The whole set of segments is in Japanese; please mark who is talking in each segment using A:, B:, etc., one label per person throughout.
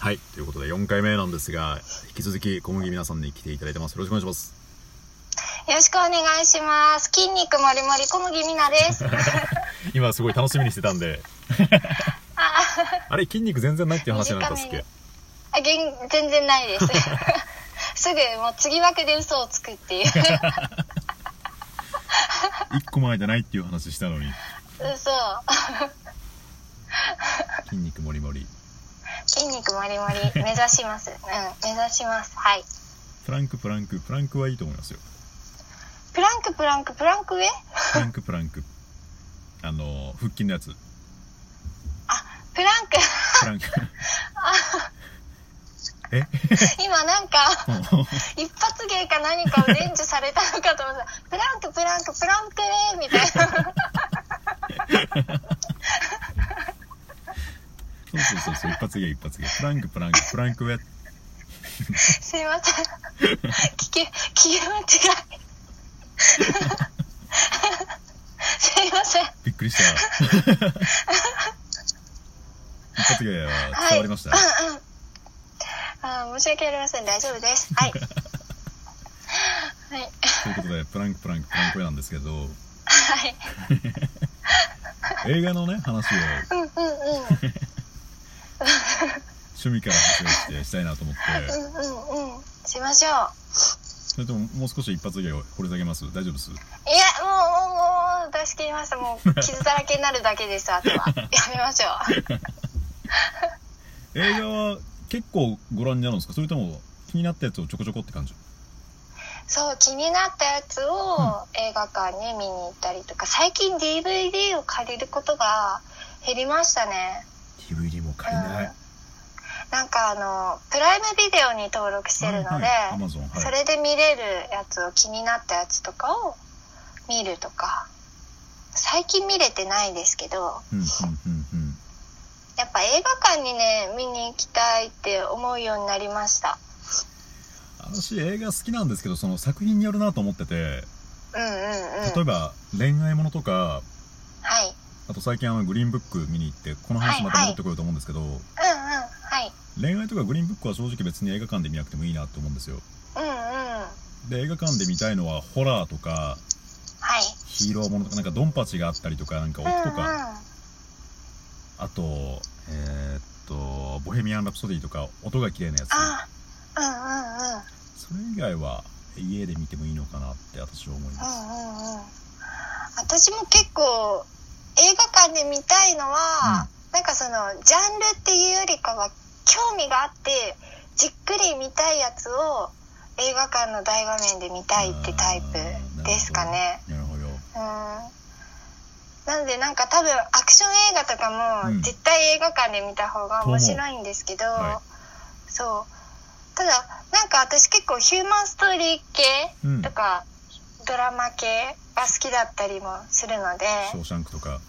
A: はい、ということで4回目なんですが、引き続き小麦皆さんに来ていただいてます。よろしくお願いします。
B: よろしくお願いします。筋肉もりもり小麦みなです。
A: 今すごい楽しみにしてたんで、
B: あ、
A: あれ筋肉全然ないっていう話になったっすっけ
B: 短あ、げん全然ないです。 すぐもう次枠で嘘をつくっていう
A: ?1 個前じゃないっていう話したのに、
B: 嘘。
A: 筋肉もりもり。
B: 筋肉もりもり目指します。うん、目指します。はい。
A: プランクプランク、プランクはいいと思いますよ。
B: プランクプランクプランク上？
A: プランクプランク。あの、腹筋のやつ。
B: プランク。
A: プランク。え
B: 今なんか一発芸か何かを伝授されたのかと思った。プランクプランクプランク上みたいな。
A: そうそうそうそう、一発芸一発芸。プランクプランク、プランクウェッ
B: すいません。聞き、聞き間違い。すいません。
A: びっくりした。一発芸は
B: はい。
A: 伝わりました。
B: うんうん。あー申し訳ありません。大丈夫です。はい。はい。
A: ということで、プランクプランク、プランクウェイなんですけど、
B: はい。
A: 映画のね、話を
B: うんうんう
A: 趣味から発表してしたいなと思って、
B: ん。うんうんうん。しましょう。
A: それとももう少し一発芸を掘り下げます大丈夫です
B: いや、もう、もう、もう、出し切りました。もう、傷だらけになるだけです。あとは。やめましょう。
A: 映画は結構ご覧になるんですかそれとも気になったやつをちょこちょこって感じ
B: そう気になったやつを映画館に見に行ったりとか、最近 DVD を借りることが減りましたね
A: DVD も借りない
B: なんかあのプライムビデオに登録してるので、
A: はいはい、Amazon はい
B: それで見れるやつを気になったやつとかを見るとか最近見れてないですけど
A: うんうんうんうん
B: やっぱ映画館にね見に行きたいって思うようになりました
A: 私映画好きなんですけどその作品によるなと思ってて
B: うんうんうん
A: 例えば恋愛ものとか
B: はい
A: あと最近あのグリーンブック見に行ってこの話また戻ってくると思うんですけど、
B: うんうんはい
A: 恋愛とかグリーンブックは正直別に映画館で見なくてもいいなと思うんですよ
B: うんうん
A: で映画館で見たいのはホラーとか
B: はい
A: ヒーローものとかなんかドンパチがあったりとかなんか
B: うんうん
A: 奥とかあとえーっと「ボヘミアン・ラプソディ」とか音が綺麗なやつ
B: あうんうんうん
A: それ以外は家で見てもいいのかなって私は思い
B: うん
A: ます
B: うんうん私も結構映画館で見たいのは、なんかそのジャンルっていうよりかは興味があってじっくり見たいやつを映画館の大画面で見たいってタイプですかね。
A: なるほど
B: うんなのでなんか多分アクション映画とか
A: うん
B: も絶対映画館で見た方が面白いんですけど、
A: は
B: そうただなんか私結構ヒューマンストーリー系
A: うん「シ
B: とかドラマ系が好きだったりもするので
A: ョーシャンク」とか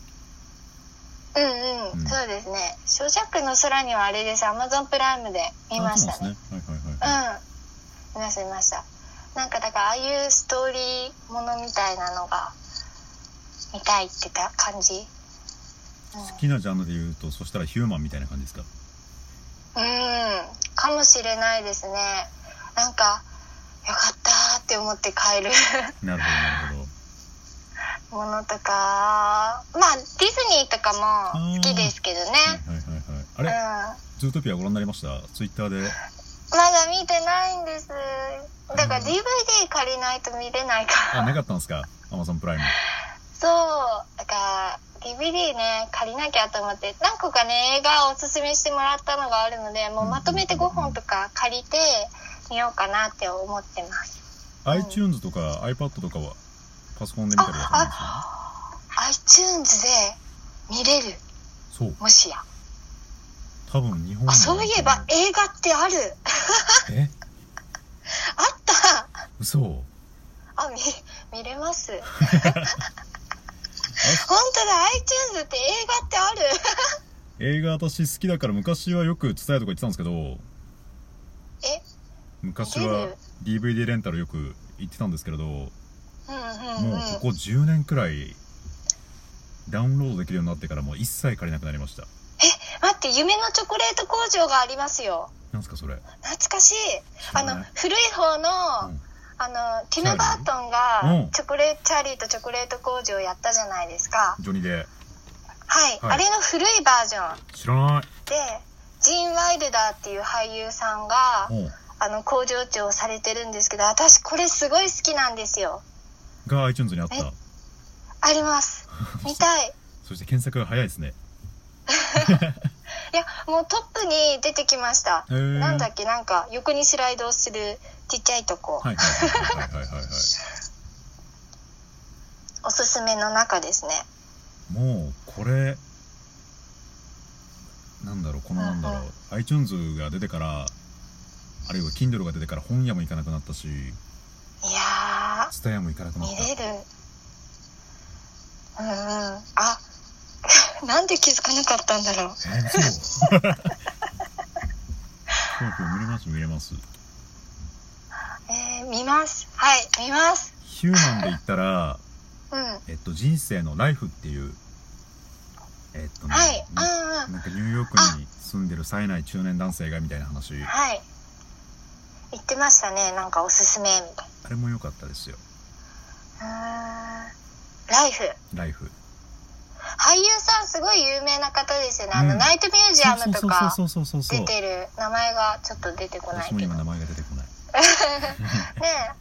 B: うんうん、
A: うん
B: そうですね「小尺の空」にはあれですアマゾンプライムで見ましたね
A: あそうなんですねはいは
B: う
A: いはい
B: ん見ました見ましたなんかだからああいうストーリーものみたいなのが見たいってた感じうん
A: 好きなジャンルで言うとそしたらヒューマンみたいな感じですか
B: うんかもしれないですねなんかよかったーって思って帰る
A: なるほどなるほど
B: ものとかまあディズニーとかも好きですけどね
A: はいはいはいはいあ
B: うん
A: れ「ズートピア」ご覧になりましたツイッターで
B: まだ見てないんですだから DVD 借りないと見れないから
A: あなかったんですか Amazon プライム
B: そうだから DVD ね借りなきゃと思って何個かね映画をおすすめしてもらったのがあるのでもうまとめて5本とか借りて見ようかなって思ってますん
A: iTunes とか iPad とかはパソコンで見たりはするんですよね
B: ああ iTunes で見れる
A: そう
B: もしや
A: 多分日本
B: あそういえば映画ってある
A: え
B: あった
A: 嘘
B: あ見見 れます本
A: あ
B: 当だ iTunes って映画ってある
A: 映画私好きだから昔はよく伝えとか言ってたんですけど
B: え
A: 昔は DVD レンタルよく行ってたんですけれども
B: うん
A: う
B: うんうん
A: ここ10年くらいダウンロードできるようになってからもう一切借りなくなりました
B: 待って、夢のチョコレート工場がありますよ。
A: なんすかそれ、
B: 懐かしい。あ
A: 知ら
B: の
A: ない、
B: 古い
A: う
B: 方の、
A: ん
B: あの、テ
A: チ
B: ィム・
A: ャー
B: バ
A: リー
B: ートン
A: うん
B: が、チョコレート、チャーリーとチョコレート工場をやったじゃないですか。
A: ジョニーで
B: はい。
A: はい
B: あれの古いバージョン
A: 知らない
B: で、ジーン・ワイルダーっていう俳優さんが、
A: おう
B: あの、工場長をされてるんですけど、私これすごい好きなんですよ。
A: が iTunes にあ った
B: えあります。見たい。
A: そして検索が早いですね
B: いや、もうトップに出てきました。
A: へー
B: なんだっけ、なんか、横にスライドするちっちゃいとこ、
A: はいはいはいはいはいはいはい
B: おすすめの中ですね。
A: もうこれなんだろうこのなんだろう、
B: うん
A: iTunes が出てからあるいは Kindle が出てから本屋も行かなくなったし
B: いや
A: TSUTAYA も行かなく
B: ー、
A: なっ
B: 見
A: た
B: れる。うんうん。あ、 なんで気づかなかったんだろう。
A: え ー、そうそうそう見れます見れます
B: えー、見ます。はい、見ます。
A: ヒューマンで言ったら
B: うん。はい、
A: えっと人生のライフっていうえっとね、
B: うんうん。
A: なんかニューヨークに住んでる冴えない中年男性がみたいな話
B: はい。言ってましたね、なんかおすすめ、みたい
A: あれも良かったですよ
B: な。うーん。ライフ。
A: ライフ
B: 俳優さんすごい有名な方ですよね。あ
A: う
B: の、
A: ん
B: ナイトミュージアムとか。
A: そうそうそうそうそう
B: 出
A: そう
B: てる名前がちょっと出てこない
A: 私
B: け
A: も
B: ど
A: 今
B: ね
A: 名前が出てこない
B: え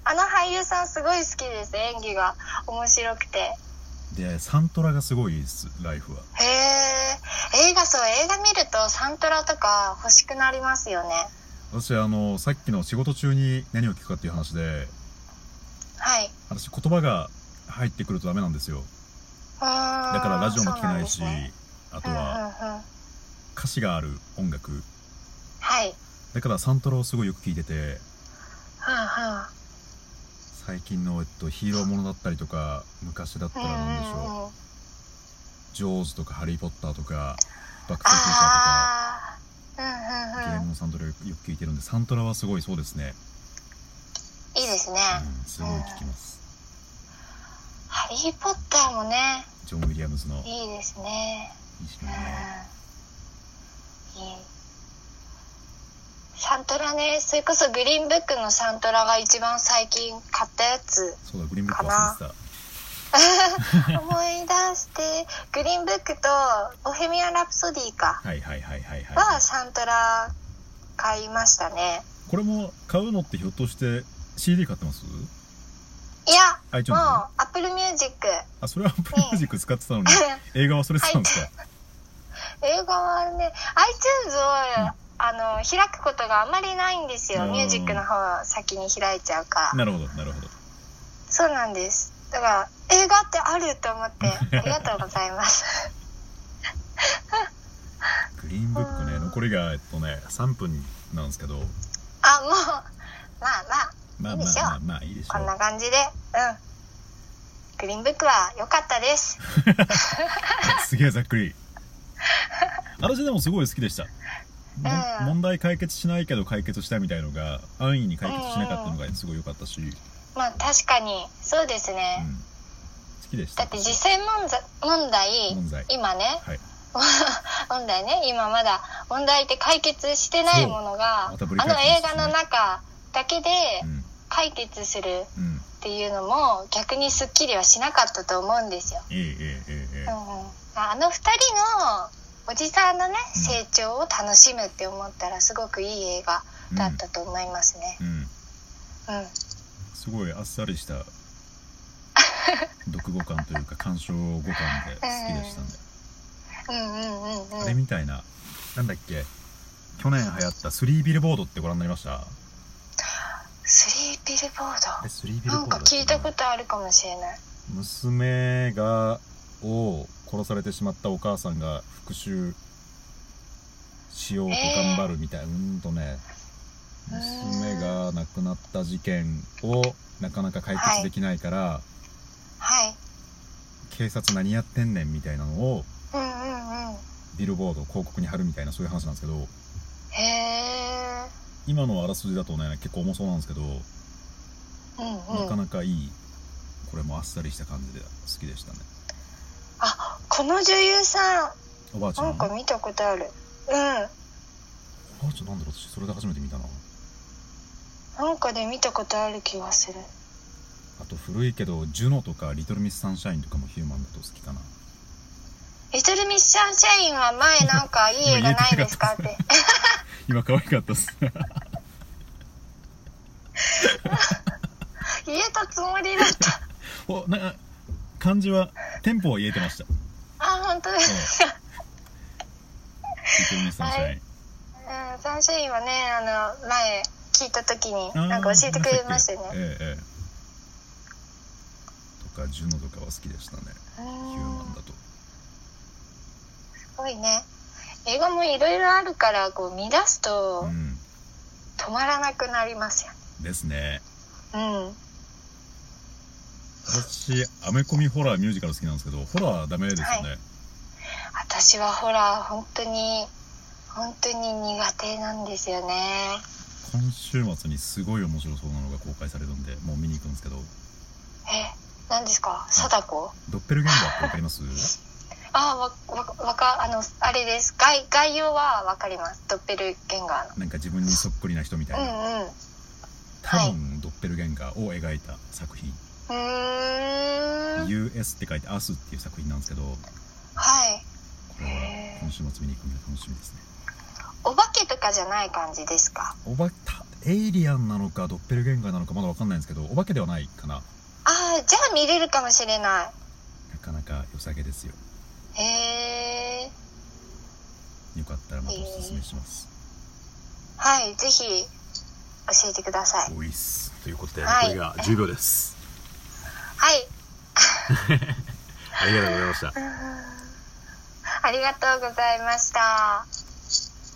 B: あの俳優さんすごい好きです演技が面白くてへ
A: でサントラがすごいですライフは
B: え映画そう映画見るとサントラとか欲しくなりますよね
A: 私あのさっきの仕事中に何を聞くかっていう話で
B: はい
A: 私言葉が入ってくるとダメなんですよだ
B: だ
A: からラジオも聞けないしあと
B: うんうん
A: は
B: うんは
A: 歌詞がある音楽
B: い
A: だからサントラをすごいよく聞いてて
B: う
A: 最近の、えっと、ヒーローものだったりとか昔だった
B: んう
A: ら
B: ん
A: 何でし
B: うんう
A: ょう
B: んうんうん
A: 「ジョーズ」とか「ハリー・ポッター」とか「バック・トゥ・フューチャー」
B: あ
A: と
B: あ
A: か
B: うん
A: ゲ
B: う
A: ー
B: ん
A: ム
B: うん
A: のサントラよく聞いてるんでサントラはすごいそうですね、
B: いいですね
A: うん、すごい聞きます
B: 「ハリー・ポッター」もね
A: ジョン・ウィリアムズのいい
B: いいですね
A: しね
B: うんいいサントラねそれこそグリーンブックのサントラが一番最近買ったやつ
A: そうだグリーンブック忘れて
B: 思い出してグリーンブックと「ボヘミアン・ラプソディか
A: たはいはいはいはい」はい、
B: はサントラ買いましたね
A: これも買うのってひょっとして CD 買ってます
B: いや
A: iTunes？
B: もうアップルミュージック
A: あそれは Apple Music 使ってたのに映画忘れてたんですか、
B: 映画はね iTunes
A: う
B: を、
A: ん
B: あの開くことがあんまりないんですよ
A: うん
B: ミュージックの方を先に開いちゃうから
A: なるほどなるほど
B: そうなんです。だから映画ってあると思って ありがとうございます。
A: グリーンブックね
B: うん
A: 残りがえっとね3分なんですけど
B: あもうまあ
A: まあ
B: い
A: ま
B: いで
A: あ
B: しょう
A: まあまあいいでし
B: まあこ
A: ょ
B: ん
A: う
B: な感じでうん。グリーンブックは良かったです。
A: すげえざっくり私でもすごい好きでした、も
B: うん
A: 問題解決しないけど解決したみたいのが安易に解決しなかったのがすごい良かったし、うん、好
B: まあ確かにそうですね。
A: きでした
B: だって実際問ざ問題
A: 問題
B: 今ね
A: はい
B: 問題ね今まだ問題って解決してないものが、
A: そうまたぶり
B: あ
A: 返す
B: の
A: んです
B: 映
A: ね
B: 画の中だけで
A: うん
B: 解決するっ
A: うん
B: ていうのも逆にスッキリはしなかったと思うんですよ。
A: えええええええ
B: うんうんあの二人のおじさんのね
A: うん
B: 成長を楽しむって思ったらすごくいい映画
A: え
B: だったと思いますね。
A: うん、うん
B: うん、
A: すごいあっさりした読語感というか鑑賞語感で好きでしたね、
B: うん、うんうんうん
A: あれみたいななんだっけ去年流行った「スリービルボード」ってご覧になりました
B: スリービルボ
A: あ
B: ー
A: れスリービ
B: ド
A: ルボ
B: な
A: ー
B: ん
A: ドだ
B: か
A: っけ
B: 聞いたことあるかもしれない。
A: 娘がを殺されてしまったお母さんが復讐しようと頑張るみたいな、うーんとね
B: うーん
A: 娘が亡くなった事件をなかなか解決できないから、
B: はい。
A: 警察何やってんねんみたいなのを
B: うんうんうん。
A: ビルボード広告に貼るみたいなそういう話なんですけど
B: へえ。
A: 今のあらすじだとね結構重そうなんですけど、
B: うん
A: な
B: う
A: か
B: ん。
A: なかいいこれもあっさりした感じで好きでしたね
B: あこの女優さん
A: おばあちゃん
B: なんか見たことあるう
A: おばあちゃんなんだろう私それで初めて見たなん
B: なんかで見たことある気がする
A: あと古いけどジュノとかリトルミスサンシャインとかもヒューマンだと好きかな
B: リトルミスサンシャインは前なん かいい映画ないですかって。
A: 今可愛かったっす
B: 言えたつもりだった。
A: おなんか漢字はテンポは言えてま したリ
B: あ、本当です
A: ト
B: か。
A: ルミスサンシャイン、
B: うん、サンシャインはね、あの、前聞いた時に、
A: あー
B: なんか教えてくれましたよね。
A: ええええとかジュノとかは好きでしたね
B: う
A: ヒュー
B: ん
A: マンだと
B: すごいね。映画もいろいろあるから、こう見出すと
A: うん
B: 止まらなくなりますよ。
A: ですね
B: うん。
A: 私アメコミホラーミュージカル好きなんですけどホラーダメですよね、
B: 私はホラー本当に、本当に苦手なんですよね。
A: 今週末にすごい面白そうなのが公開されるんでもう見に行くんですけど
B: え、何ですか貞子
A: ドッペルゲンガーってわかります
B: あわわわかあのあれです概概要はわかりますドッペルゲンガーの
A: なんか自分にそっくりな人みたいな
B: うんうんう
A: 多分ドッペルゲンガーを描いた作品
B: ーん
A: US って書いて US っていう作品なんですけどこ
B: はい
A: れは今週末見に行くんで楽しみですね
B: お化けとかじゃない感じですか
A: おばたエイリアンなのかドッペルゲンガーなのかまだわかんないんですけどお化けではないかな
B: ああじゃあ見れるかもしれな
A: なかなか良さげですよ
B: いへえ
A: よかったらまたおすすめします、
B: はいぜひ教えてください
A: おいっすということで
B: はい
A: 残りが10秒です、
B: はい
A: ありがとうございました
B: ありがとうございました